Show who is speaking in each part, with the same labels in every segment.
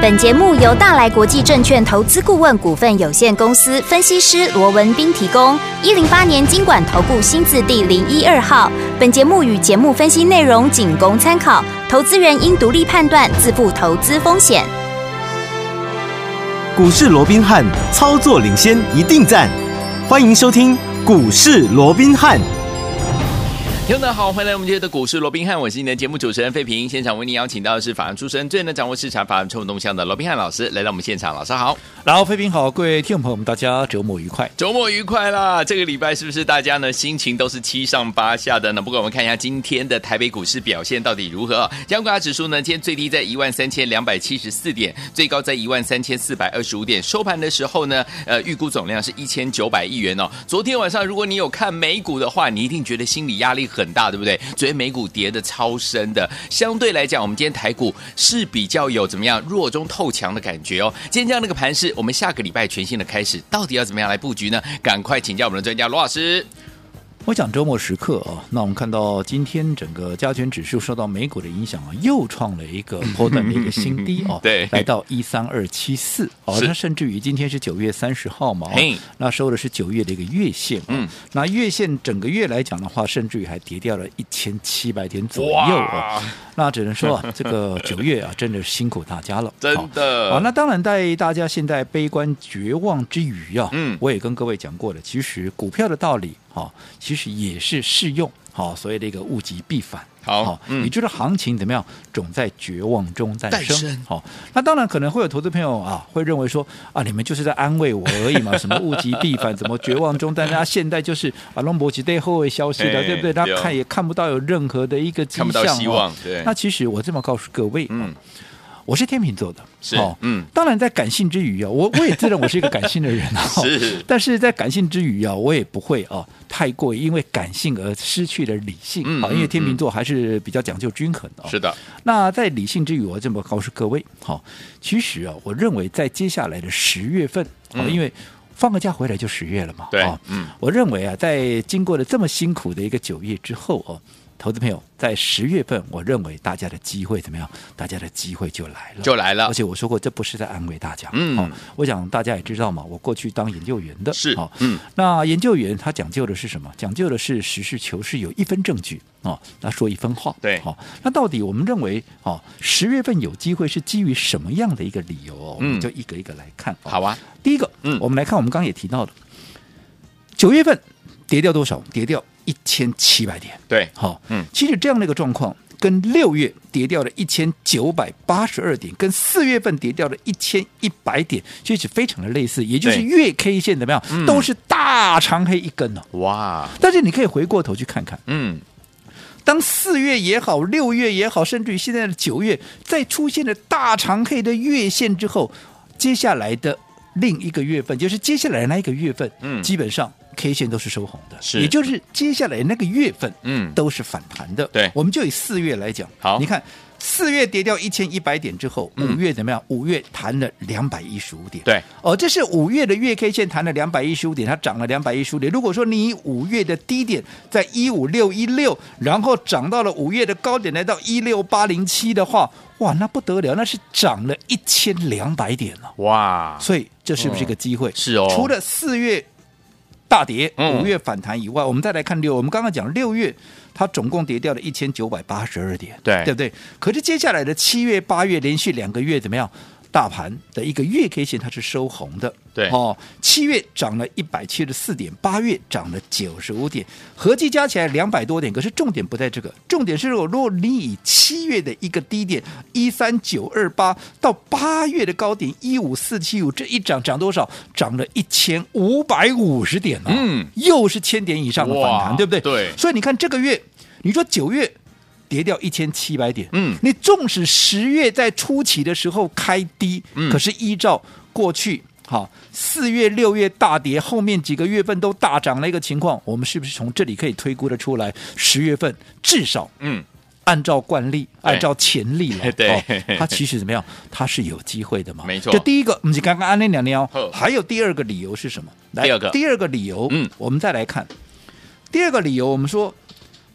Speaker 1: 本节目由大来国际证券投资顾问股份有限公司分析师罗文斌提供。一零八年经管投顾新字第零一二号。本节目与节目分析内容仅供参考，投资人应独立判断，自负投资风险。
Speaker 2: 股市罗宾汉，操作领先一定赞。欢迎收听股市罗宾汉。
Speaker 3: 听众朋友好，欢迎来我们今天的股市罗宾汉，我是你的节目主持人费平。现场为您邀请到的是法案出身、最能掌握市场法案冲动向的罗宾汉老师来到我们现场，老师好。
Speaker 4: 然后，飞平好，各位听众朋友们，大家周末愉快。
Speaker 3: 周末愉快啦！这个礼拜是不是大家呢心情都是七上八下的呢？不过我们看一下今天的台北股市表现到底如何、啊。加权指数呢，今天最低在一万三千两百七十四点，最高在一万三千四百二十五点。收盘的时候呢，呃，预估总量是一千九百亿元哦。昨天晚上如果你有看美股的话，你一定觉得心理压力很大，对不对？昨天美股跌的超深的，相对来讲，我们今天台股是比较有怎么样弱中透强的感觉哦。今天这样的一个盘势，我们下个礼拜全新的开始，到底要怎么样来布局呢？赶快请教我们的专家罗老师。，
Speaker 4: 我讲周末时刻啊，那我们看到今天整个加权指数受到美股的影响啊，又创了一个波段的一个新低哦
Speaker 3: 嗯对
Speaker 4: 来到一三二七四哦，
Speaker 3: 是
Speaker 4: 那甚至于今天是九月三十号嘛、
Speaker 3: 嘿
Speaker 4: 哦，那收的是九月的一个月线、
Speaker 3: 嗯
Speaker 4: 嗯，那月线整个月来讲的话，甚至于还跌掉了一千七百点左右
Speaker 3: 哇
Speaker 4: 哦，那只能说啊，这个九月啊，真的是辛苦大家了，哦
Speaker 3: 真
Speaker 4: 好
Speaker 3: 的
Speaker 4: 好，那当然，在大家现在悲观绝望之余啊，
Speaker 3: 嗯
Speaker 4: 我也跟各位讲过了，其实股票的道理，哈、其实也是适用，好、所谓的一个物极必反。
Speaker 3: 好
Speaker 4: 好
Speaker 3: 嗯
Speaker 4: 也就是行情怎么样，总在绝望中诞
Speaker 3: 诞
Speaker 4: 生
Speaker 3: 生。
Speaker 4: 好、那当然可能会有投资朋友啊，会认为说啊，你们就是在安慰我而已嘛，什么物极必反，怎么绝望中诞生？啊，现在就是啊，龙博吉对后卫消失了，
Speaker 3: 哎
Speaker 4: 对不对？他
Speaker 3: 对哦
Speaker 4: 看也看不到有任何的一个迹
Speaker 3: 看
Speaker 4: 象、
Speaker 3: 不
Speaker 4: 哦，
Speaker 3: 到希望对
Speaker 4: 那其实我这么告诉各位，
Speaker 3: 嗯
Speaker 4: 嗯，我是天秤座的，
Speaker 3: 是
Speaker 4: 哦
Speaker 3: 嗯
Speaker 4: 当然在感性之余啊，我我也自认我是一个感性的人 啊，
Speaker 3: 是
Speaker 4: 但是在感性之余啊，我也不会啊太过因为感性而失去了理性
Speaker 3: 嗯
Speaker 4: 啊，因为
Speaker 3: 嗯
Speaker 4: 天秤座还是比较讲究均衡的、啊。
Speaker 3: 是的，
Speaker 4: 那在理性之余，我这么告诉各位，好、其实啊，我认为在接下来的十月份，啊、
Speaker 3: 嗯
Speaker 4: 因为放个假回来就十月了嘛，
Speaker 3: 对
Speaker 4: 啊
Speaker 3: 嗯
Speaker 4: 我认为啊，在经过了这么辛苦的一个九月之后哦、投资朋友在十月份，我认为大家的机会怎么样？大家的机会就来了，
Speaker 3: 就来了
Speaker 4: 而且我说过，这不是在安慰大家，
Speaker 3: 啊嗯
Speaker 4: 哦我想大家也知道嘛，我过去当研究员的，
Speaker 3: 是
Speaker 4: 哦，
Speaker 3: 嗯，
Speaker 4: 那研究员他讲究的是什么？讲究的是实事求是，有一分证据哦，那说一分话。
Speaker 3: 对
Speaker 4: 好、那到底我们认为哦，十月份有机会是基于什么样的一个理由哦？我
Speaker 3: 嗯
Speaker 4: 们就一个一个来看、哦。
Speaker 3: 好啊，
Speaker 4: 第一个，
Speaker 3: 嗯
Speaker 4: 我们来看我们刚刚也提到的，九月份跌掉多少？跌掉一千七百点。
Speaker 3: 对，
Speaker 4: 好、
Speaker 3: 嗯
Speaker 4: 其实这样的一个状况，跟六月跌掉了一千九百八十二点，跟四月份跌掉了一千一百点，其实非常的类似，也就是
Speaker 3: 对嗯
Speaker 4: 月 K 线怎么样，都是大长黑一根哦。
Speaker 3: 哇，
Speaker 4: 但是你可以回过头去看看，
Speaker 3: 嗯，
Speaker 4: 当四月也好，六月也好，甚至于现在的九月，在出现了大长黑的月线之后，接下来的另一个月份，就是接下来的那一个月份，
Speaker 3: 嗯
Speaker 4: 基本上 K 线都是收红的，
Speaker 3: 是
Speaker 4: 也就是接下来那个月份，
Speaker 3: 嗯
Speaker 4: 都是反弹的。
Speaker 3: 对
Speaker 4: 我们就以四月来讲，
Speaker 3: 好
Speaker 4: 你看。四月跌掉一千一百点之后，
Speaker 3: 嗯
Speaker 4: 五月怎么样？五月弹了两百一十五点，
Speaker 3: 对，
Speaker 4: 哦，这是五月的月 K 线弹了两百一十五点，它涨了两百一十五点。如果说你以五月的低点在一五六一六，然后涨到了五月的高点来到一六八零七的话，哇，那不得了，那是涨了一千两百点哦。
Speaker 3: 哇，
Speaker 4: 所以这是不是一个机会？
Speaker 3: 是哦
Speaker 4: 除了四月大跌、
Speaker 3: 嗯
Speaker 4: 五月反弹以外，我们再来看六。我们刚刚讲六月，它总共跌掉了一千九百八十二点，
Speaker 3: 对
Speaker 4: 对不对？可是接下来的七月、八月连续两个月怎么样？大盘的一个月 K 线它是收红的，
Speaker 3: 对
Speaker 4: 哦，七月涨了一百七十四点，八月涨了九十五点，合计加起来两百多点。可是重点不在这个，重点是如果如果你以七月的一个低点一三九二八到八月的高点一五四七五，这一涨涨多少？涨了一千五百五十点啊！
Speaker 3: 嗯
Speaker 4: 又是千点以上的反
Speaker 3: 哇
Speaker 4: 弹，对不对？
Speaker 3: 对
Speaker 4: 所以你看这个月，你说九月。跌掉一千七百点，
Speaker 3: 嗯
Speaker 4: 你纵使十月在初期的时候开低，
Speaker 3: 嗯
Speaker 4: 可是依照过去好四月、六月大跌，后面几个月份都大涨的一个情况，我们是不是从这里可以推估的出来？十月份至少
Speaker 3: 嗯，
Speaker 4: 按照惯例，
Speaker 3: 对
Speaker 4: 按照潜力 来，哦
Speaker 3: 对
Speaker 4: 它其实怎么样？它是有机会的嘛，
Speaker 3: 没错
Speaker 4: 这第一个，不是刚刚安那两年
Speaker 3: 呵
Speaker 4: 哦，还有第二个理由是什么？来
Speaker 3: 第二个
Speaker 4: 第二个理由，
Speaker 3: 嗯
Speaker 4: 我们再来看第二个理由，我们说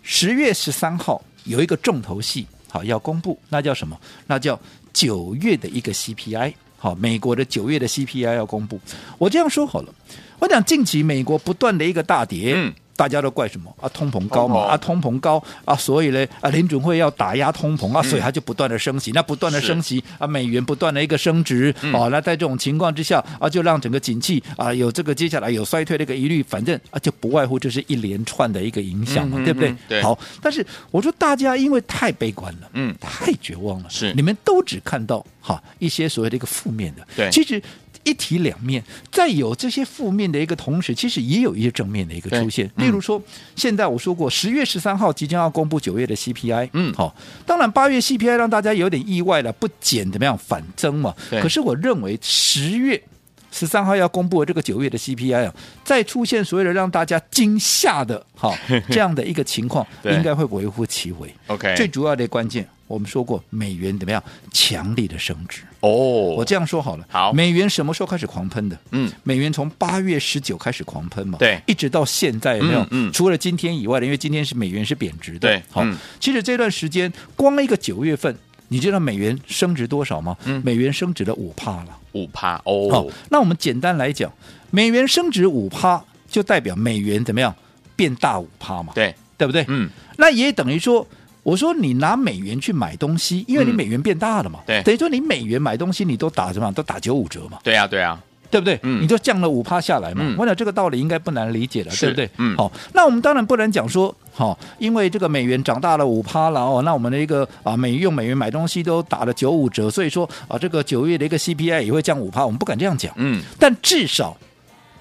Speaker 4: 十月十三号有一个重头戏。好要公布，那叫什么？那叫九月的一个 CPI。好，美国的九月的 CPI 要公布。我这样说好了，我讲近期美国不断的一个大跌，
Speaker 3: 嗯
Speaker 4: 大家都怪什么啊？通膨高嘛，
Speaker 3: 通膨
Speaker 4: 啊，通膨高啊，所以呢，啊，联准会要打压通膨啊，所以它就不断的升息，那不断的
Speaker 3: 嗯是嗯
Speaker 4: 升息啊，美元不断的一个升值，哦，那在这种情况之下啊，就让整个景气啊有这个接下来有衰退的一个疑虑，反正啊就不外乎这是一连串的一个影响嘛，
Speaker 3: 嗯哼
Speaker 4: 对不对
Speaker 3: 嗯？对
Speaker 4: 好，但是我说大家因为太悲观了，
Speaker 3: 嗯
Speaker 4: 太绝望了，
Speaker 3: 是
Speaker 4: 你们都只看到哈一些所谓的一个负面的，
Speaker 3: 对
Speaker 4: 其实。一体两面，在有这些负面的一个同时，其实也有一些正面的一个出现。
Speaker 3: 对嗯
Speaker 4: 例如说，现在我说过，十月十三号即将要公布九月的 CPI，
Speaker 3: 嗯
Speaker 4: 好、当然八月 CPI 让大家有点意外了，不减怎么样反增嘛。
Speaker 3: 对
Speaker 4: 可是我认为十月十三号要公布的这个九月的 CPI 啊，再出现所谓的让大家惊吓的哈、 这样的一个情况，
Speaker 3: 对
Speaker 4: 应该会微乎其微。
Speaker 3: OK，
Speaker 4: 最主要的关键，我们说过，美元怎么样强力的升值。
Speaker 3: 哦，
Speaker 4: 我这样说好了，
Speaker 3: 好
Speaker 4: 美元什么时候开始狂喷的？
Speaker 3: 嗯，
Speaker 4: 美元从八月十九开始狂喷嘛，
Speaker 3: 对
Speaker 4: 一直到现在有没有？
Speaker 3: 嗯嗯
Speaker 4: 除了今天以外的，因为今天是美元是贬值的，
Speaker 3: 对
Speaker 4: 好，
Speaker 3: 嗯
Speaker 4: 其实这段时间光一个九月份，你知道美元升值多少吗？
Speaker 3: 嗯
Speaker 4: 美元升值了五帕了。
Speaker 3: 五趴
Speaker 4: 好
Speaker 3: 哦，，
Speaker 4: 那我们简单来讲，美元升值五趴，就代表美元怎么样变大五趴嘛，
Speaker 3: 对，
Speaker 4: 对不对？
Speaker 3: 嗯，
Speaker 4: 那也等于说，我说你拿美元去买东西，因为你
Speaker 3: 嗯
Speaker 4: 美元变大了嘛，
Speaker 3: 对
Speaker 4: 等于说你美元买东西你都打什么？都打九五折嘛，
Speaker 3: 对啊，对啊，
Speaker 4: 对不对？
Speaker 3: 嗯
Speaker 4: 你就降了五趴下来嘛。
Speaker 3: 嗯
Speaker 4: 我想这个道理应该不难理解了，
Speaker 3: 是
Speaker 4: 对不对？
Speaker 3: 嗯
Speaker 4: 好，那我们当然不能讲说，好、因为这个美元长大了五趴了哦，那我们的一个啊美用美元买东西都打了九五折，所以说啊这个九月的一个 CPI 也会降五趴，我们不敢这样讲，
Speaker 3: 嗯，
Speaker 4: 但至少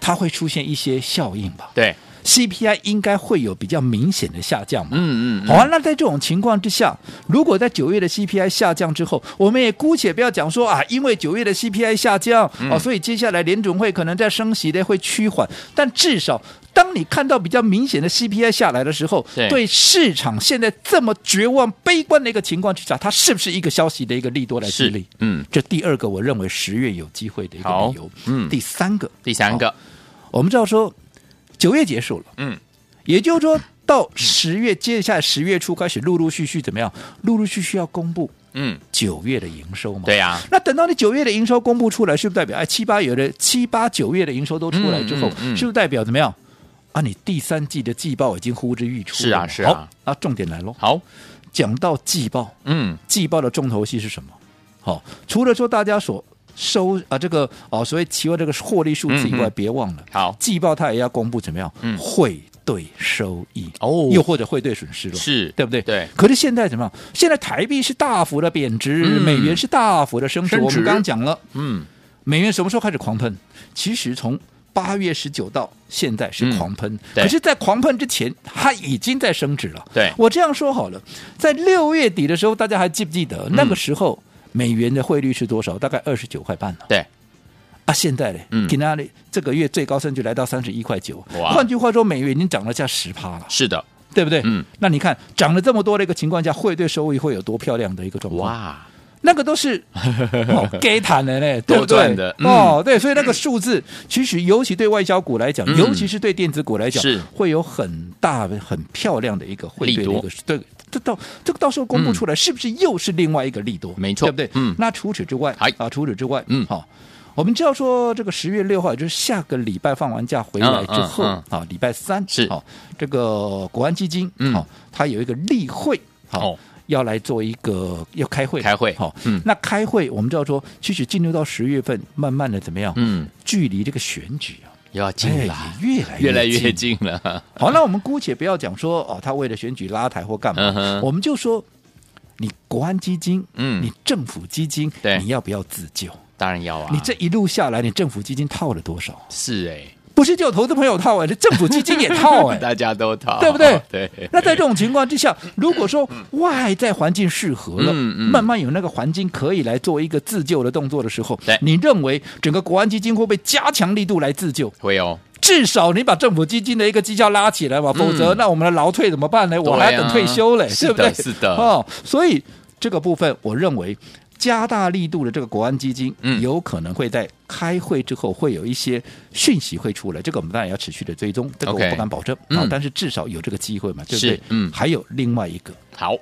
Speaker 4: 它会出现一些效应吧。
Speaker 3: 对，
Speaker 4: CPI 应该会有比较明显的下降嘛。
Speaker 3: 嗯嗯，
Speaker 4: 好、啊，那在这种情况之下，如果在九月的 CPI 下降之后，我们也姑且不要讲说啊，因为九月的 CPI 下降、
Speaker 3: 嗯
Speaker 4: 哦，所以接下来联准会可能在升息的会趋缓，但至少。当你看到比较明显的 CPI 下来的时候，
Speaker 3: 对
Speaker 4: 对市场现在这么绝望、悲观的一个情况之下，它是不是一个消息的一个利多来激
Speaker 3: 是
Speaker 4: 励？，
Speaker 3: 嗯，
Speaker 4: 这第二个，我认为十月有机会的一个
Speaker 3: 好
Speaker 4: 理由。
Speaker 3: 嗯
Speaker 4: 第三个，
Speaker 3: 第三个，
Speaker 4: 我们知道说九月结束了，
Speaker 3: 嗯，
Speaker 4: 也就是说到十月，接下来十月初开始陆陆续续怎么样？陆陆续续要公布
Speaker 3: 嗯，
Speaker 4: 九月的营收嘛？
Speaker 3: 对。呀，
Speaker 4: 那等到你九月的营收公布出来，是不是代表哎七八月的七八九月的营收都出来之后，
Speaker 3: 嗯嗯嗯
Speaker 4: 是不是代表怎么样？啊，你第三季的季报已经呼之欲出了嘛
Speaker 3: 是啊是啊
Speaker 4: 好，那重点来喽，
Speaker 3: 好，
Speaker 4: 讲到季报，
Speaker 3: 嗯，
Speaker 4: 季报的重头戏是什么？好、除了说大家所收啊这个哦，所谓期望这个获利数字以外，
Speaker 3: 嗯嗯
Speaker 4: 别忘了
Speaker 3: 好，
Speaker 4: 季报它也要公布怎么样？
Speaker 3: 嗯
Speaker 4: 汇兑收益
Speaker 3: 哦
Speaker 4: 又或者汇兑损失了，
Speaker 3: 是
Speaker 4: 对不对？
Speaker 3: 嗯对。
Speaker 4: 可是现在怎么样？现在台币是大幅的贬值，
Speaker 3: 嗯
Speaker 4: 美元是大幅的升值。
Speaker 3: 升值
Speaker 4: 我们刚刚讲了，
Speaker 3: 嗯，
Speaker 4: 美元什么时候开始狂喷？其实从八月十九到现在是狂喷，
Speaker 3: 嗯对
Speaker 4: 可是，在狂喷之前，它已经在升值了。
Speaker 3: 对
Speaker 4: 我这样说好了，在六月底的时候，大家还记不记
Speaker 3: 嗯
Speaker 4: 得那个时候美元的汇率是多少？大概二十九块半呢、
Speaker 3: 对，
Speaker 4: 啊，现在呢，
Speaker 3: 嗯
Speaker 4: 给那里这个月最高甚至来到三十一块九。
Speaker 3: 哇
Speaker 4: 换句话说，美元已经涨了价十趴了，
Speaker 3: 是的，
Speaker 4: 对不对？
Speaker 3: 嗯。
Speaker 4: 那你看涨了这么多的一个情况下，汇兑收益会有多漂亮的一个状况？
Speaker 3: 哇，
Speaker 4: 那个 都是哦，给谈的呢，对不
Speaker 3: 多赚
Speaker 4: 对？
Speaker 3: 的
Speaker 4: 哦，对，所以那个数字，其实尤其对外销股来讲，
Speaker 3: 嗯
Speaker 4: 尤其是对电子股来讲，
Speaker 3: 是
Speaker 4: 会有很大的、很漂亮的一个汇
Speaker 3: 利
Speaker 4: 兑的
Speaker 3: 多
Speaker 4: 一个对。这到这个到时候公布出来，是不是又是另外一个利多？
Speaker 3: 嗯没错
Speaker 4: 对不对？
Speaker 3: 嗯
Speaker 4: 那除此之外
Speaker 3: 嗨，
Speaker 4: 啊，除此之外，
Speaker 3: 嗯
Speaker 4: 好。我们知道说，这个十月六号，也就是下个礼拜放完假回来之后
Speaker 3: 嗯
Speaker 4: 啊，礼拜三
Speaker 3: 是
Speaker 4: 好，这个国安基金
Speaker 3: 嗯
Speaker 4: 好，它有一个例会
Speaker 3: 哦
Speaker 4: 好，要来做一个要开会
Speaker 3: 开会
Speaker 4: 好、
Speaker 3: 嗯
Speaker 4: 那开会我们知道说，其实进入到十月份，慢慢的怎么样？
Speaker 3: 嗯，
Speaker 4: 距离这个选举啊，
Speaker 3: 又要
Speaker 4: 哎
Speaker 3: 进了，
Speaker 4: 也越来
Speaker 3: 越来越
Speaker 4: 近。
Speaker 3: 近了，
Speaker 4: 好，那我们姑且不要讲说哦，他为了选举拉抬或干嘛，
Speaker 3: 嗯哼
Speaker 4: 我们就说，你国安基金，
Speaker 3: 嗯
Speaker 4: 你政府基金，
Speaker 3: 对
Speaker 4: 你要不要自救？
Speaker 3: 当然要啊，
Speaker 4: 你这一路下来，你政府基金套了多少？
Speaker 3: 是哎，
Speaker 4: 不是只有投资朋友套哎、是政府基金也套哎、
Speaker 3: 大家都逃，
Speaker 4: 对不对
Speaker 3: 对，
Speaker 4: 那在这种情况之下，如果说外在环境适合了，
Speaker 3: 嗯嗯
Speaker 4: 慢慢有那个环境可以来做一个自救的动作的时候
Speaker 3: 对，
Speaker 4: 你认为整个国安基金会不会加强力度来自救？
Speaker 3: 会哦，
Speaker 4: 至少你把政府基金的一个绩效拉起来嘛，否则那我们的劳退怎么办呢？我还要等退休嘞，
Speaker 3: 嗯啊是
Speaker 4: 对
Speaker 3: 的
Speaker 4: 不对？
Speaker 3: 是的
Speaker 4: 哦，所以这个部分我认为。加大力度的这个国安基金，
Speaker 3: 嗯
Speaker 4: 有可能会在开会之后会有一些讯息会出来，这个我们当然要持续的追踪，这个我
Speaker 3: OK
Speaker 4: 不敢保证啊、
Speaker 3: 嗯
Speaker 4: 但是至少有这个机会嘛，对不对
Speaker 3: 是？嗯
Speaker 4: 还有另外一个，
Speaker 3: 好，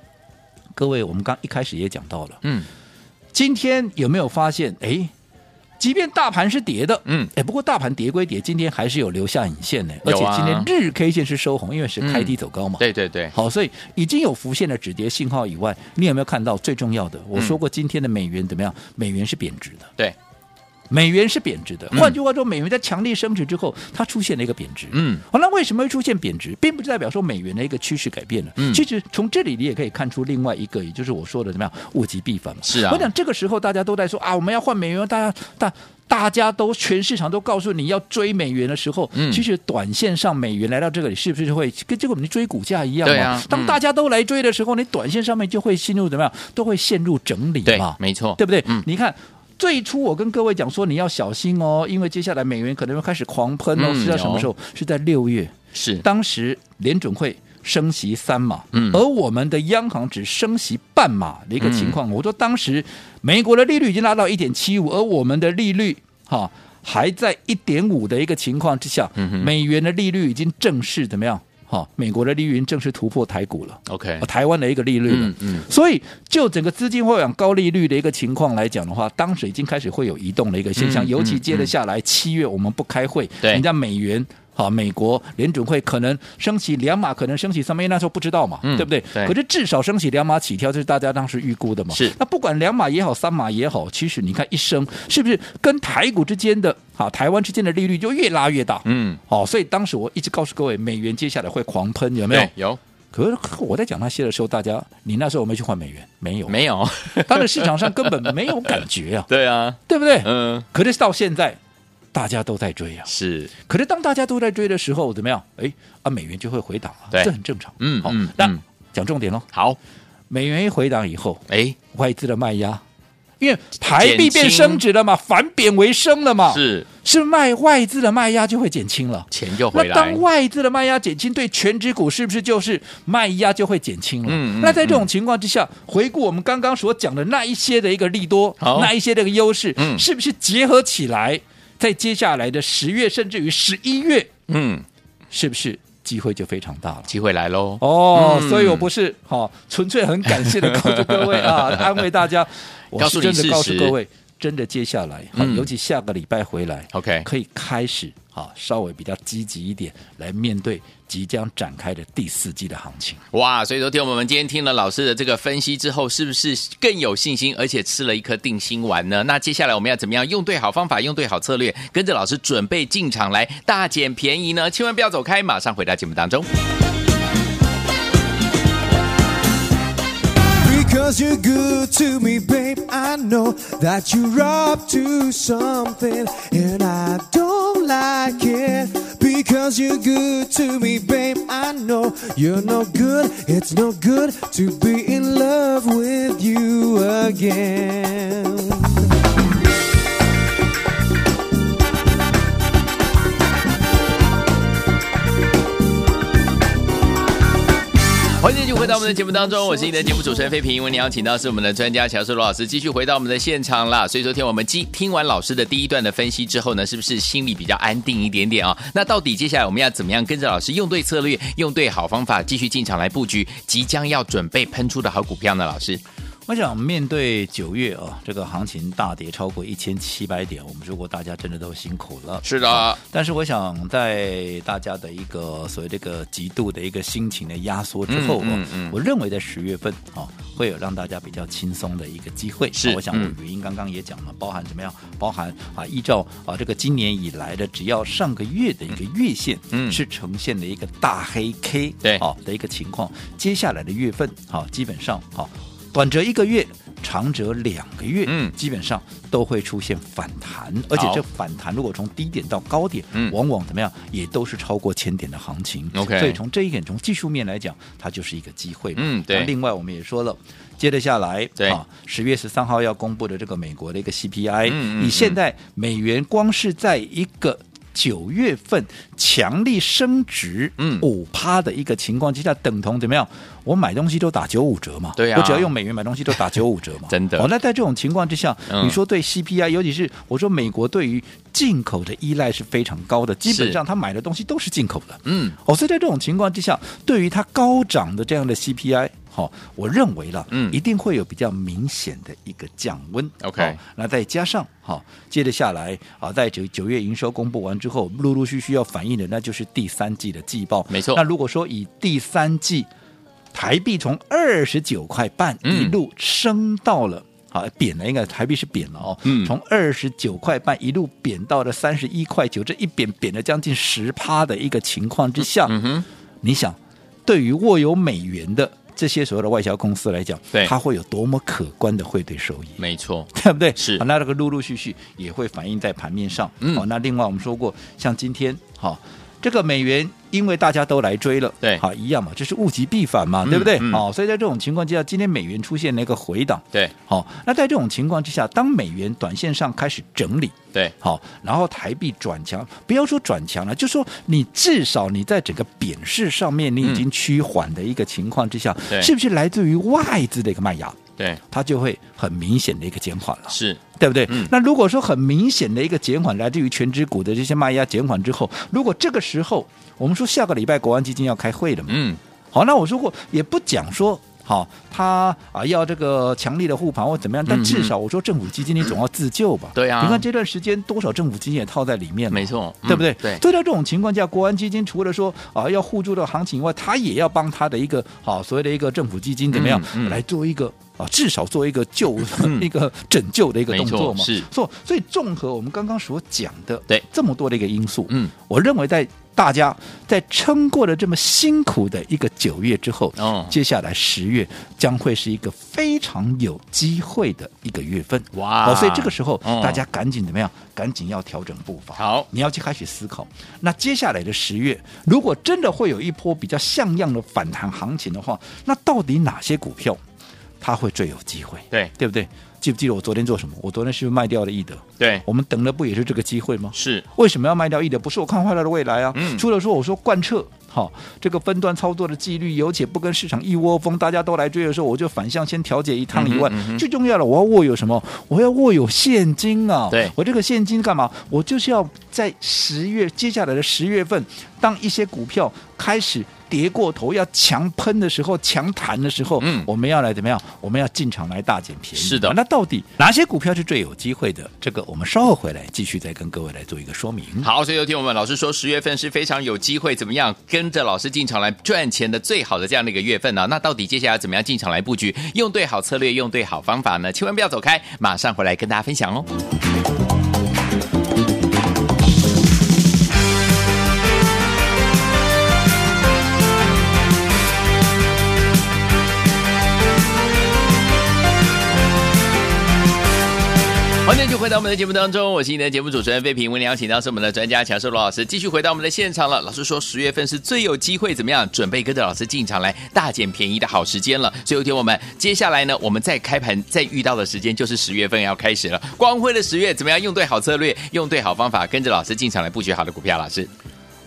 Speaker 4: 各位，我们刚一开始也讲到了，
Speaker 3: 嗯，
Speaker 4: 今天有没有发现？哎，即便大盘是跌的，
Speaker 3: 嗯
Speaker 4: 哎，不过大盘跌归跌，今天还是有留下影线的，而
Speaker 3: 有
Speaker 4: 且
Speaker 3: 啊
Speaker 4: 今天日 K 线是收红，因为是开低走高嘛。
Speaker 3: 对对对，
Speaker 4: 好，所以已经有浮现的止跌信号以外，你有没有看到最重要的？我说过，今天的美元怎么样？美元是贬值的，
Speaker 3: 嗯对，
Speaker 4: 美元是贬值的。
Speaker 3: 嗯
Speaker 4: 换句话说，美元在强力升值之后，它出现了一个贬值。
Speaker 3: 嗯，
Speaker 4: 好，那为什么会出现贬值，并不代表说美元的一个趋势改变了。
Speaker 3: 嗯
Speaker 4: 其实从这里你也可以看出另外一个，也就是我说的怎么样，物极必反嘛。
Speaker 3: 是啊
Speaker 4: 我想这个时候大家都在说啊，我们要换美元，大家大。大家都全市场都告诉你要追美元的时候，
Speaker 3: 嗯
Speaker 4: 其实短线上美元来到这里，是不是会跟这个我们追股价一样嘛？
Speaker 3: 对啊
Speaker 4: 当
Speaker 3: 嗯
Speaker 4: 大家都来追的时候，你短线上面就会陷入怎么样？都会陷入整理
Speaker 3: 对
Speaker 4: 嘛，？
Speaker 3: 没错，
Speaker 4: 对不对？
Speaker 3: 嗯
Speaker 4: 你看。最初我跟各位讲说你要小心哦，因为接下来美元可能会开始狂喷哦，
Speaker 3: 嗯
Speaker 4: 是在什么时候？是在六月，
Speaker 3: 是，
Speaker 4: 当时联准会升息三码，
Speaker 3: 嗯
Speaker 4: 而我们的央行只升息半码的一个情
Speaker 3: 嗯
Speaker 4: 况。我说当时美国的利率已经拉到一点七五，而我们的利率哈、还在一点五的一个情况之下，
Speaker 3: 嗯哼
Speaker 4: 美元的利率已经正式怎么样？哈、美国的利率已经正式突破台股了。
Speaker 3: OK，
Speaker 4: 呃台湾的一个利率了。
Speaker 3: 嗯嗯
Speaker 4: 所以就整个资金会往高利率的一个情况来讲的话，当时已经开始会有移动的一个现象，
Speaker 3: 嗯
Speaker 4: 尤其
Speaker 3: 嗯
Speaker 4: 接着下来七、月我们不开会，
Speaker 3: 对
Speaker 4: 人家美元。好，美国联准会可能升息两码，可能升息三码，因为那时候不知道嘛，
Speaker 3: 嗯
Speaker 4: 对不对？
Speaker 3: 对
Speaker 4: 可是至少升息两码起跳，这是大家当时预估的嘛。
Speaker 3: 是
Speaker 4: 那不管两码也好，三码也好，其实你看一升是不是跟台股之间的啊，台湾之间的利率就越拉越大？
Speaker 3: 嗯，
Speaker 4: 哦，所以当时我一直告诉各位，美元接下来会狂喷，有没有
Speaker 3: 对？，有
Speaker 4: 可是我在讲那些的时候，大家，你那时候有没有去换美元？没有，
Speaker 3: 没有？，
Speaker 4: 当然市场上根本没有感觉啊
Speaker 3: 对啊，
Speaker 4: 对不对？
Speaker 3: 嗯，
Speaker 4: 可是到现在，大家都在追啊。
Speaker 3: 是，
Speaker 4: 可是当大家都在追的时候，怎么样？哎，啊，美元就会回档啊，
Speaker 3: 对
Speaker 4: 这很正常。
Speaker 3: 嗯
Speaker 4: 好
Speaker 3: 嗯，
Speaker 4: 那
Speaker 3: 嗯
Speaker 4: 讲重点喽，
Speaker 3: 好，
Speaker 4: 美元一回档以后，
Speaker 3: 哎，
Speaker 4: 外资的卖压，因为台币
Speaker 3: 减
Speaker 4: 变
Speaker 3: 轻
Speaker 4: 升值了嘛，反贬为升了嘛，
Speaker 3: 是
Speaker 4: 是卖外资的卖压就会减轻了。
Speaker 3: 钱就回来
Speaker 4: 那当，外资的卖压减轻，对全指股是不是就是卖压就会减轻了？
Speaker 3: 嗯嗯
Speaker 4: 那在这种情况之下，回顾我们刚刚所讲的那一些的一个利多，
Speaker 3: 好
Speaker 4: 那一些的一个优势，
Speaker 3: 嗯
Speaker 4: 是不是结合起来，在接下来的十月甚至于十一月，
Speaker 3: 嗯，
Speaker 4: 是不是机会就非常大了？
Speaker 3: 机会来喽。
Speaker 4: 哦，
Speaker 3: 嗯
Speaker 4: 所以我不是好、纯粹很感谢的告诉各位 啊，安慰大家，我
Speaker 3: 告
Speaker 4: 是
Speaker 3: 诉你
Speaker 4: 真的告诉
Speaker 3: 事实
Speaker 4: 各位，真的接下来，好
Speaker 3: 嗯
Speaker 4: 尤其下个礼拜回来
Speaker 3: OK
Speaker 4: 可以开始啊，稍微比较积极一点来面对即将展开的第四季的行情。
Speaker 3: 哇！所以昨天我们今天听了老师的这个分析之后，是不是更有信心，而且吃了一颗定心丸呢？那接下来我们要怎么样用对好方法，用对好策略，跟着老师准备进场来大捡便宜呢？千万不要走开，马上回到节目当中。
Speaker 5: Because you're good to me, babe. I know that you're up to something, and I don't like it. Because you're good to me, babe. I know you're no good. It's no good to be in love with you again.
Speaker 3: 欢迎继续回到我们的节目当中，我是你的节目主持人费平。为你邀请到是我们的专家乔世罗老师，继续回到我们的现场啦。所以昨天我们听听完老师的第一段的分析之后呢，是不是心里比较安定一点点啊、那到底接下来我们要怎么样跟着老师用对策略，用对好方法，继续进场来布局即将要准备喷出的好股票呢？老师，
Speaker 4: 我想面对九月啊，这个行情大跌超过一千七百点，我们如果大家真的都辛苦了，
Speaker 3: 是的，
Speaker 4: 但是我想，在大家的一个所谓这个极度的一个心情的压缩之后，
Speaker 3: 嗯嗯
Speaker 4: 哦
Speaker 3: 嗯
Speaker 4: 我认为在十月份啊、哦，会有让大家比较轻松的一个机会。哦
Speaker 3: 是
Speaker 4: 我想
Speaker 3: 嗯
Speaker 4: 我语音刚刚也讲了，包含怎么样？包含啊，依照啊这个今年以来的，只要上个月的一个月线，
Speaker 3: 嗯
Speaker 4: 是呈现了一个大黑 K，
Speaker 3: 对
Speaker 4: 哦的一个情况。接下来的月份，好、基本上好、短则一个月，长则两个月，
Speaker 3: 嗯
Speaker 4: 基本上都会出现反弹，而且
Speaker 3: 好
Speaker 4: 这反弹如果从低点到高点，
Speaker 3: 嗯
Speaker 4: 往往怎么样也都是超过千点的行情。
Speaker 3: OK
Speaker 4: 所以从这一点，从技术面来讲，它就是一个机会嘛。
Speaker 3: 嗯对
Speaker 4: 那另外我们也说了，接着下来，
Speaker 3: 对
Speaker 4: 啊，十月十三号要公布的这个美国的一个 CPI，
Speaker 3: 嗯嗯
Speaker 4: 你现
Speaker 3: 嗯
Speaker 4: 在美元光是在一个。九月份强力升值，
Speaker 3: 嗯
Speaker 4: 五趴的一个情况之下，等同怎么样？我买东西都打九五折嘛，
Speaker 3: 对啊
Speaker 4: 我只要用美元买东西都打九五折嘛，
Speaker 3: 真的
Speaker 4: 哦，那在这种情况之下，
Speaker 3: 嗯
Speaker 4: 你说对 CPI，尤其是我说美国对于进口的依赖是非常高的，基本上他买的东西都是进口的。
Speaker 3: 嗯，
Speaker 4: 哦，所以在这种情况之下，对于它高涨的这样的 CPI，好、我认为了，
Speaker 3: 嗯
Speaker 4: 一定会有比较明显的一个降温。
Speaker 3: OK
Speaker 4: 好那再加上好、接着下来啊，在九九月营收公布完之后，陆陆续续要反映的那就是第三季的季报。
Speaker 3: 没错
Speaker 4: 那如果说以第三季台币从二十九块半
Speaker 3: 嗯
Speaker 4: 一路升到了。啊，贬了，应该台币是贬了哦，
Speaker 3: 嗯
Speaker 4: 从二十九块半一路贬到了三十一块九，这一贬贬了将近十趴的一个情况之下，
Speaker 3: 嗯哼，
Speaker 4: 你想，对于握有美元的这些所谓的外销公司来讲，
Speaker 3: 对
Speaker 4: 它会有多么可观的汇兑收益？
Speaker 3: 没错，
Speaker 4: 对不对？
Speaker 3: 是
Speaker 4: 好那这个陆陆续续也会反映在盘面上。
Speaker 3: 嗯
Speaker 4: 好，那另外我们说过，像今天，好、这个美元因为大家都来追了，
Speaker 3: 对
Speaker 4: 好，一样嘛，这是物极必反嘛，
Speaker 3: 嗯
Speaker 4: 对不对？
Speaker 3: 嗯
Speaker 4: 好，所以在这种情况之下，今天美元出现了一个回档，
Speaker 3: 对
Speaker 4: 好、那在这种情况之下，当美元短线上开始整理，
Speaker 3: 对，
Speaker 4: 好，然后台币转强，不要说转强了，就说你至少你在整个贬势上面，你已经趋缓的一个情况之下，
Speaker 3: 嗯对
Speaker 4: 是不是来自于外资的一个卖压？
Speaker 3: 对，
Speaker 4: 它就会很明显的一个减缓了，
Speaker 3: 是，
Speaker 4: 对不对？
Speaker 3: 嗯
Speaker 4: 那如果说很明显的一个减缓，来自于全指股的这些卖压减缓之后，如果这个时候我们说下个礼拜国安基金要开会了嘛，
Speaker 3: 嗯，
Speaker 4: 好，那我说过也不讲说。好，他啊要这个强力的护盘或怎么样，但至少我说政府基金你总要自救吧。
Speaker 3: 嗯对啊
Speaker 4: 你看这段时间多少政府基金也套在里面嘛
Speaker 3: 没，错，嗯
Speaker 4: 对不对？
Speaker 3: 对，
Speaker 4: 所以在这种情况下，国安基金除了说啊要互助的行情以外，他也要帮他的一个好所谓的一个政府基金怎么样、
Speaker 3: 嗯嗯
Speaker 4: 来做一个。啊，至少做一个救、
Speaker 3: 嗯
Speaker 4: 一个拯救的一个动作
Speaker 3: 没
Speaker 4: 嘛，
Speaker 3: 错是
Speaker 4: 所所以综合我们刚刚所讲的，
Speaker 3: 对
Speaker 4: 这么多的一个因素，
Speaker 3: 嗯，
Speaker 4: 我认为在大家在撑过了这么辛苦的一个九月之后，
Speaker 3: 哦
Speaker 4: 接下来十月将会是一个非常有机会的一个月份，
Speaker 3: 哇
Speaker 4: 好所以这个时候、
Speaker 3: 哦
Speaker 4: 大家赶紧怎么样？赶紧要调整步伐，
Speaker 3: 好
Speaker 4: 哦你要去开始思考。那接下来的十月，如果真的会有一波比较像样的反弹行情的话，那到底哪些股票它会最有机会？
Speaker 3: 对
Speaker 4: 对不对？记不记得我昨天做什么？我昨天是不是卖掉了易德？
Speaker 3: 对，
Speaker 4: 我们等的不也是这个机会吗？
Speaker 3: 是，
Speaker 4: 为什么要卖掉易德？不是我看坏它的未来啊，
Speaker 3: 嗯
Speaker 4: 除了说我说贯彻好、这个分段操作的纪律，有且不跟市场一窝蜂，大家都来追的时候，我就反向先调节一趟以外，
Speaker 3: 嗯哼嗯哼
Speaker 4: 最重要的我要握有什么？我要握有现金啊！
Speaker 3: 对
Speaker 4: 我这个现金干嘛？我就是要在十月接下来的十月份，当一些股票开始。跌过头要强喷的时候，强弹的时候，
Speaker 3: 嗯
Speaker 4: 我们要来怎么样？我们要进场来大捡便宜。
Speaker 3: 是的
Speaker 4: 那到底哪些股票是最有机会的？这个我们稍后回来继续再跟各位来做一个说明。
Speaker 3: 好，所以有听我们老师说，十月份是非常有机会怎么样跟着老师进场来赚钱的最好的这样的一个月份呢、那到底接下来怎么样进场来布局，用对好策略，用对好方法呢？千万不要走开，马上回来跟大家分享哦。欢迎继续回到我们的节目当中，我是你的节目主持人费平。为您邀请到是我们的专家强硕罗老师，继续回到我们的现场了。老师说，十月份是最有机会怎么样准备跟着老师进场来大捡便宜的好时间了。所以，有天我们接下来呢，我们再开盘再遇到的时间就是十月份要开始了。光辉的十月，怎么样用对好策略，用对好方法，跟着老师进场来布局好的股票？老师，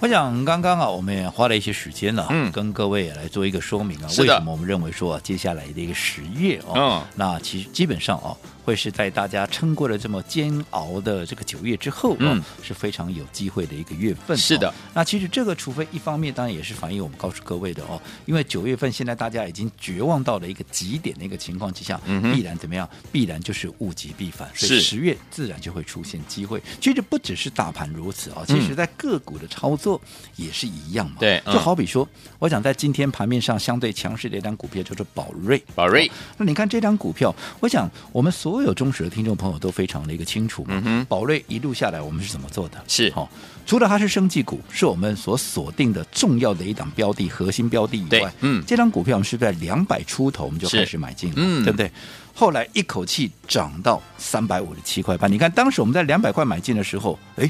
Speaker 4: 我想刚刚啊，我们也花了一些时间呢、啊
Speaker 3: 嗯
Speaker 4: 跟各位也来做一个说明啊。
Speaker 3: 是的
Speaker 4: 为什么我们认为说、啊、接下来的一个十月哦，
Speaker 3: 嗯
Speaker 4: 那其实基本上哦、会是在大家撑过了这么煎熬的这个九月之后、哦，
Speaker 3: 嗯
Speaker 4: 是非常有机会的一个月份、
Speaker 3: 是的
Speaker 4: 哦那其实这个，除非一方面当然也是反映我们告诉各位的哦，因为九月份现在大家已经绝望到了一个极点的一个情况之下，
Speaker 3: 嗯哼
Speaker 4: 必然怎么样？必然就是物极必反，所以
Speaker 3: 是
Speaker 4: 十月自然就会出现机会。其实不只是大盘如此哦，其实
Speaker 3: 嗯
Speaker 4: 在个股的操作也是一样嘛。
Speaker 3: 对嗯
Speaker 4: 就好比说，我想在今天盘面上相对强势的一张股票叫做宝瑞。
Speaker 3: 宝瑞
Speaker 4: 哦那你看这张股票，我想我们所有忠实的听众朋友都非常的一个清楚嘛。
Speaker 3: 嗯哼
Speaker 4: 宝瑞一路下来，我们是怎么做的？
Speaker 3: 是
Speaker 4: 好、除了它是生技股，是我们所锁定的重要的一档标的、核心标的以
Speaker 3: 对
Speaker 4: 外，
Speaker 3: 嗯
Speaker 4: 这张股票我们是在两百出头我们就是开始买进了，
Speaker 3: 嗯
Speaker 4: 对不对？后来一口气涨到三百五十七块半，你看当时我们在两百块买进的时候，哎。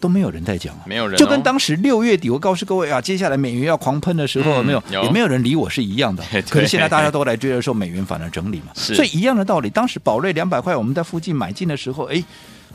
Speaker 4: 都没有人在讲啊，
Speaker 3: 没有人哦
Speaker 4: 就跟当时六月底我告诉各位啊，接下来美元要狂喷的时候，
Speaker 3: 嗯
Speaker 4: 有没有
Speaker 3: 有
Speaker 4: 也没有人理我是一样的
Speaker 3: 对。
Speaker 4: 可是现在大家都来追的时候，美元反而整理嘛，
Speaker 3: 是
Speaker 4: 所以一样的道理。当时宝瑞两百块，我们在附近买进的时候，哎，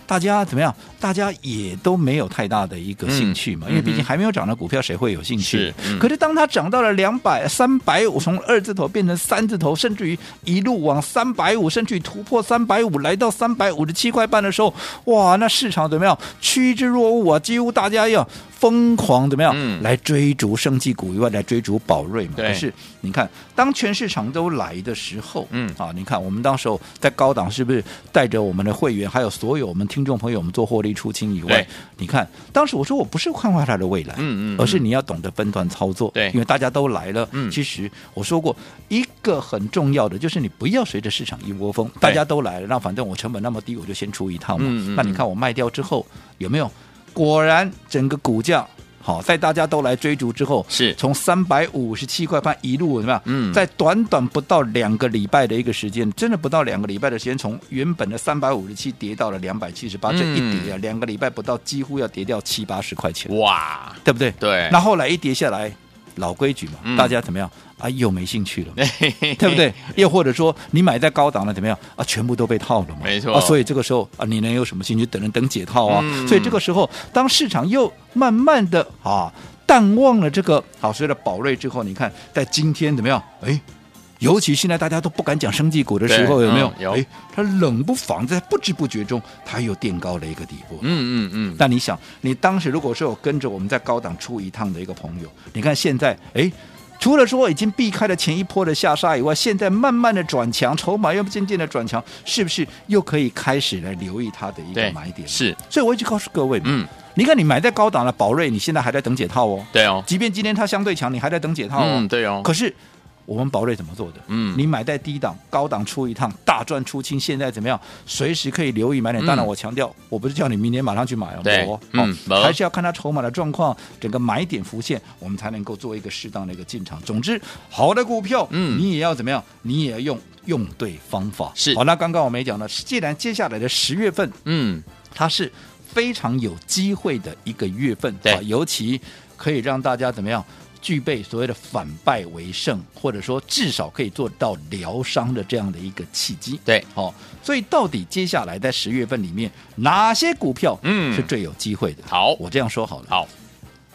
Speaker 4: 大家怎么样？大家也都没有太大的一个兴趣嘛，
Speaker 3: 嗯
Speaker 4: 因为毕竟还没有涨的股票，谁会有兴趣
Speaker 3: 是？嗯
Speaker 4: 可是当它涨到了两百、三百五，从二字头变成三字头，甚至于一路往三百五，甚至于突破三百五，来到三百五十七块半的时候，哇，那市场怎么样？趋之若鹜啊，几乎大家要疯狂怎么样、
Speaker 3: 嗯
Speaker 4: 来追逐生技股以外，来追逐宝瑞嘛。
Speaker 3: 对
Speaker 4: 可是你看，当全市场都来的时候，
Speaker 3: 嗯
Speaker 4: 啊，你看我们当时候在高档是不是带着我们的会员，还有所有我们听众朋友，我们做获利出清以
Speaker 3: 对
Speaker 4: 外，你看当时我说我不是看坏它的未来，
Speaker 3: 嗯嗯嗯
Speaker 4: 而是你要懂得分段操作，
Speaker 3: 对
Speaker 4: 因为大家都来了，
Speaker 3: 嗯
Speaker 4: 其实我说过一个很重要的就是你不要随着市场一窝蜂，大家都来了，那反正我成本那么低，我就先出一趟嘛。
Speaker 3: 嗯嗯嗯
Speaker 4: 那你看我卖掉之后有没有？果然整个股价。好，在大家都来追逐之后，
Speaker 3: 是
Speaker 4: 从三百五十七块半一路怎么样？
Speaker 3: 嗯
Speaker 4: 在短短不到两个礼拜的一个时间，真的不到两个礼拜的时间，从原本的三百五十七跌到了两百七十八，这一跌啊，
Speaker 3: 嗯
Speaker 4: 两个礼拜不到，几乎要跌掉七八十块钱，
Speaker 3: 哇，
Speaker 4: 对不对？
Speaker 3: 对，
Speaker 4: 那后来一跌下来，老规矩嘛，
Speaker 3: 嗯
Speaker 4: 大家怎么样啊？又没兴 趣了嘛，
Speaker 3: 嘿嘿嘿
Speaker 4: 对不对？又或者说你买在高档的怎么样啊？全部都被套了嘛，
Speaker 3: 没错
Speaker 4: 啊。所以这个时候啊，你能有什么兴趣？等人等解套啊。
Speaker 3: 嗯
Speaker 4: 所以这个时候，当市场又慢慢的啊淡忘了这个好所谓的宝瑞之后，你看在今天怎么样？哎。尤其现在大家都不敢讲生技股的时候，
Speaker 3: 对
Speaker 4: 有没有
Speaker 3: 嗯？有
Speaker 4: 哎，它冷不防在不知不觉中，它又垫高了一个底部。
Speaker 3: 嗯嗯嗯，
Speaker 4: 那你想，你当时如果说有跟着我们在高档出一趟的一个朋友，你看现在，哎。除了说已经避开了前一波的下杀以外，现在慢慢的转强，筹码又渐渐的转强，是不是又可以开始来留意它的一个
Speaker 3: 对
Speaker 4: 买点？
Speaker 3: 是，
Speaker 4: 所以我一直告诉各位嘛，
Speaker 3: 嗯，
Speaker 4: 你看你买在高档的宝瑞，你现在还在等解套哦。
Speaker 3: 对哦，
Speaker 4: 即便今天它相对强，你还在等解套哦。
Speaker 3: 嗯，对哦，
Speaker 4: 可是我们宝瑞怎么做的？
Speaker 3: 嗯
Speaker 4: 你买在低档，高档出一趟，大赚出清。现在怎么样？随时可以留意买点。
Speaker 3: 嗯
Speaker 4: 当然，我强调，我不是叫你明天马上去买哦，
Speaker 3: 对
Speaker 4: 没有哦
Speaker 3: 嗯没有
Speaker 4: 还是要看它筹码的状况，整个买点浮现，我们才能够做一个适当的一个进场。总之，好的股票，
Speaker 3: 嗯
Speaker 4: 你也要怎么样？你也要用用对方法。
Speaker 3: 是
Speaker 4: 好，那刚刚我们也讲了，既然接下来的十月份
Speaker 3: 嗯，
Speaker 4: 它是非常有机会的一个月份，
Speaker 3: 对
Speaker 4: 啊尤其可以让大家怎么样？具备所谓的反败为胜，或者说至少可以做到疗伤的这样的一个契机。
Speaker 3: 对，
Speaker 4: 好、所以到底接下来在十月份里面，哪些股票
Speaker 3: 嗯
Speaker 4: 是最有机会的？
Speaker 3: 好
Speaker 4: 我这样说好了，
Speaker 3: 好，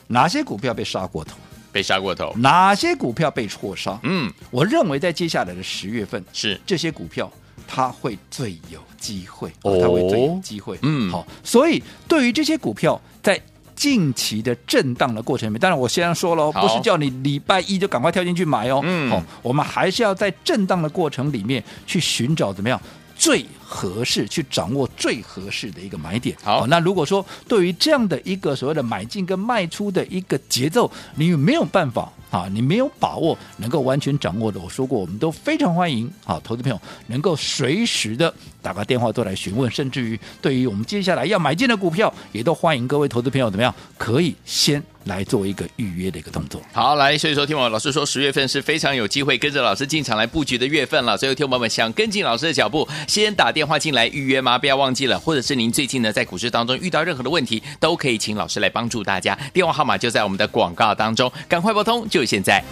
Speaker 4: 哪些股票被杀过头，
Speaker 3: 被杀过头，
Speaker 4: 哪些股票被错杀？
Speaker 3: 嗯，
Speaker 4: 我认为在接下来的十月份，
Speaker 3: 是，
Speaker 4: 这些股票，它会最有机会，
Speaker 3: 哦
Speaker 4: 它会最有机会。
Speaker 3: 嗯
Speaker 4: 好，所以对于这些股票在。近期的震荡的过程里面，当然我先说了哦，
Speaker 3: 好
Speaker 4: 不是叫你礼拜一就赶快跳进去买哦。
Speaker 3: 嗯
Speaker 4: 好、我们还是要在震荡的过程里面去寻找怎么样最合适，去掌握最合适的一个买点。哦
Speaker 3: 好
Speaker 4: 那如果说对于这样的一个所谓的买进跟卖出的一个节奏，你没有办法啊，你没有把握能够完全掌握的，我说过，我们都非常欢迎啊，投资朋友能够随时的打个电话都来询问，甚至于对于我们接下来要买进的股票，也都欢迎各位投资朋友怎么样，可以先来做一个预约的一个动作。
Speaker 3: 好，来，所以说，听我老师说，十月份是非常有机会跟着老师进场来布局的月份了。所以，听我们想跟进老师的脚步，先打电话进来预约吗？不要忘记了，或者是您最近呢在股市当中遇到任何的问题，都可以请老师来帮助大家。电话号码就在我们的广告当中，赶快拨通，就现在。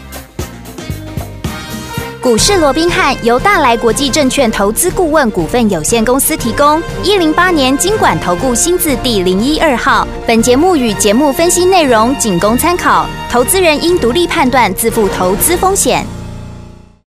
Speaker 1: 股市罗宾汉由大来国际证券投资顾问股份有限公司提供，一零八年经管投顾新字第零一二号。本节目与节目分析内容仅供参考，投资人应独立判断，自负投资风险。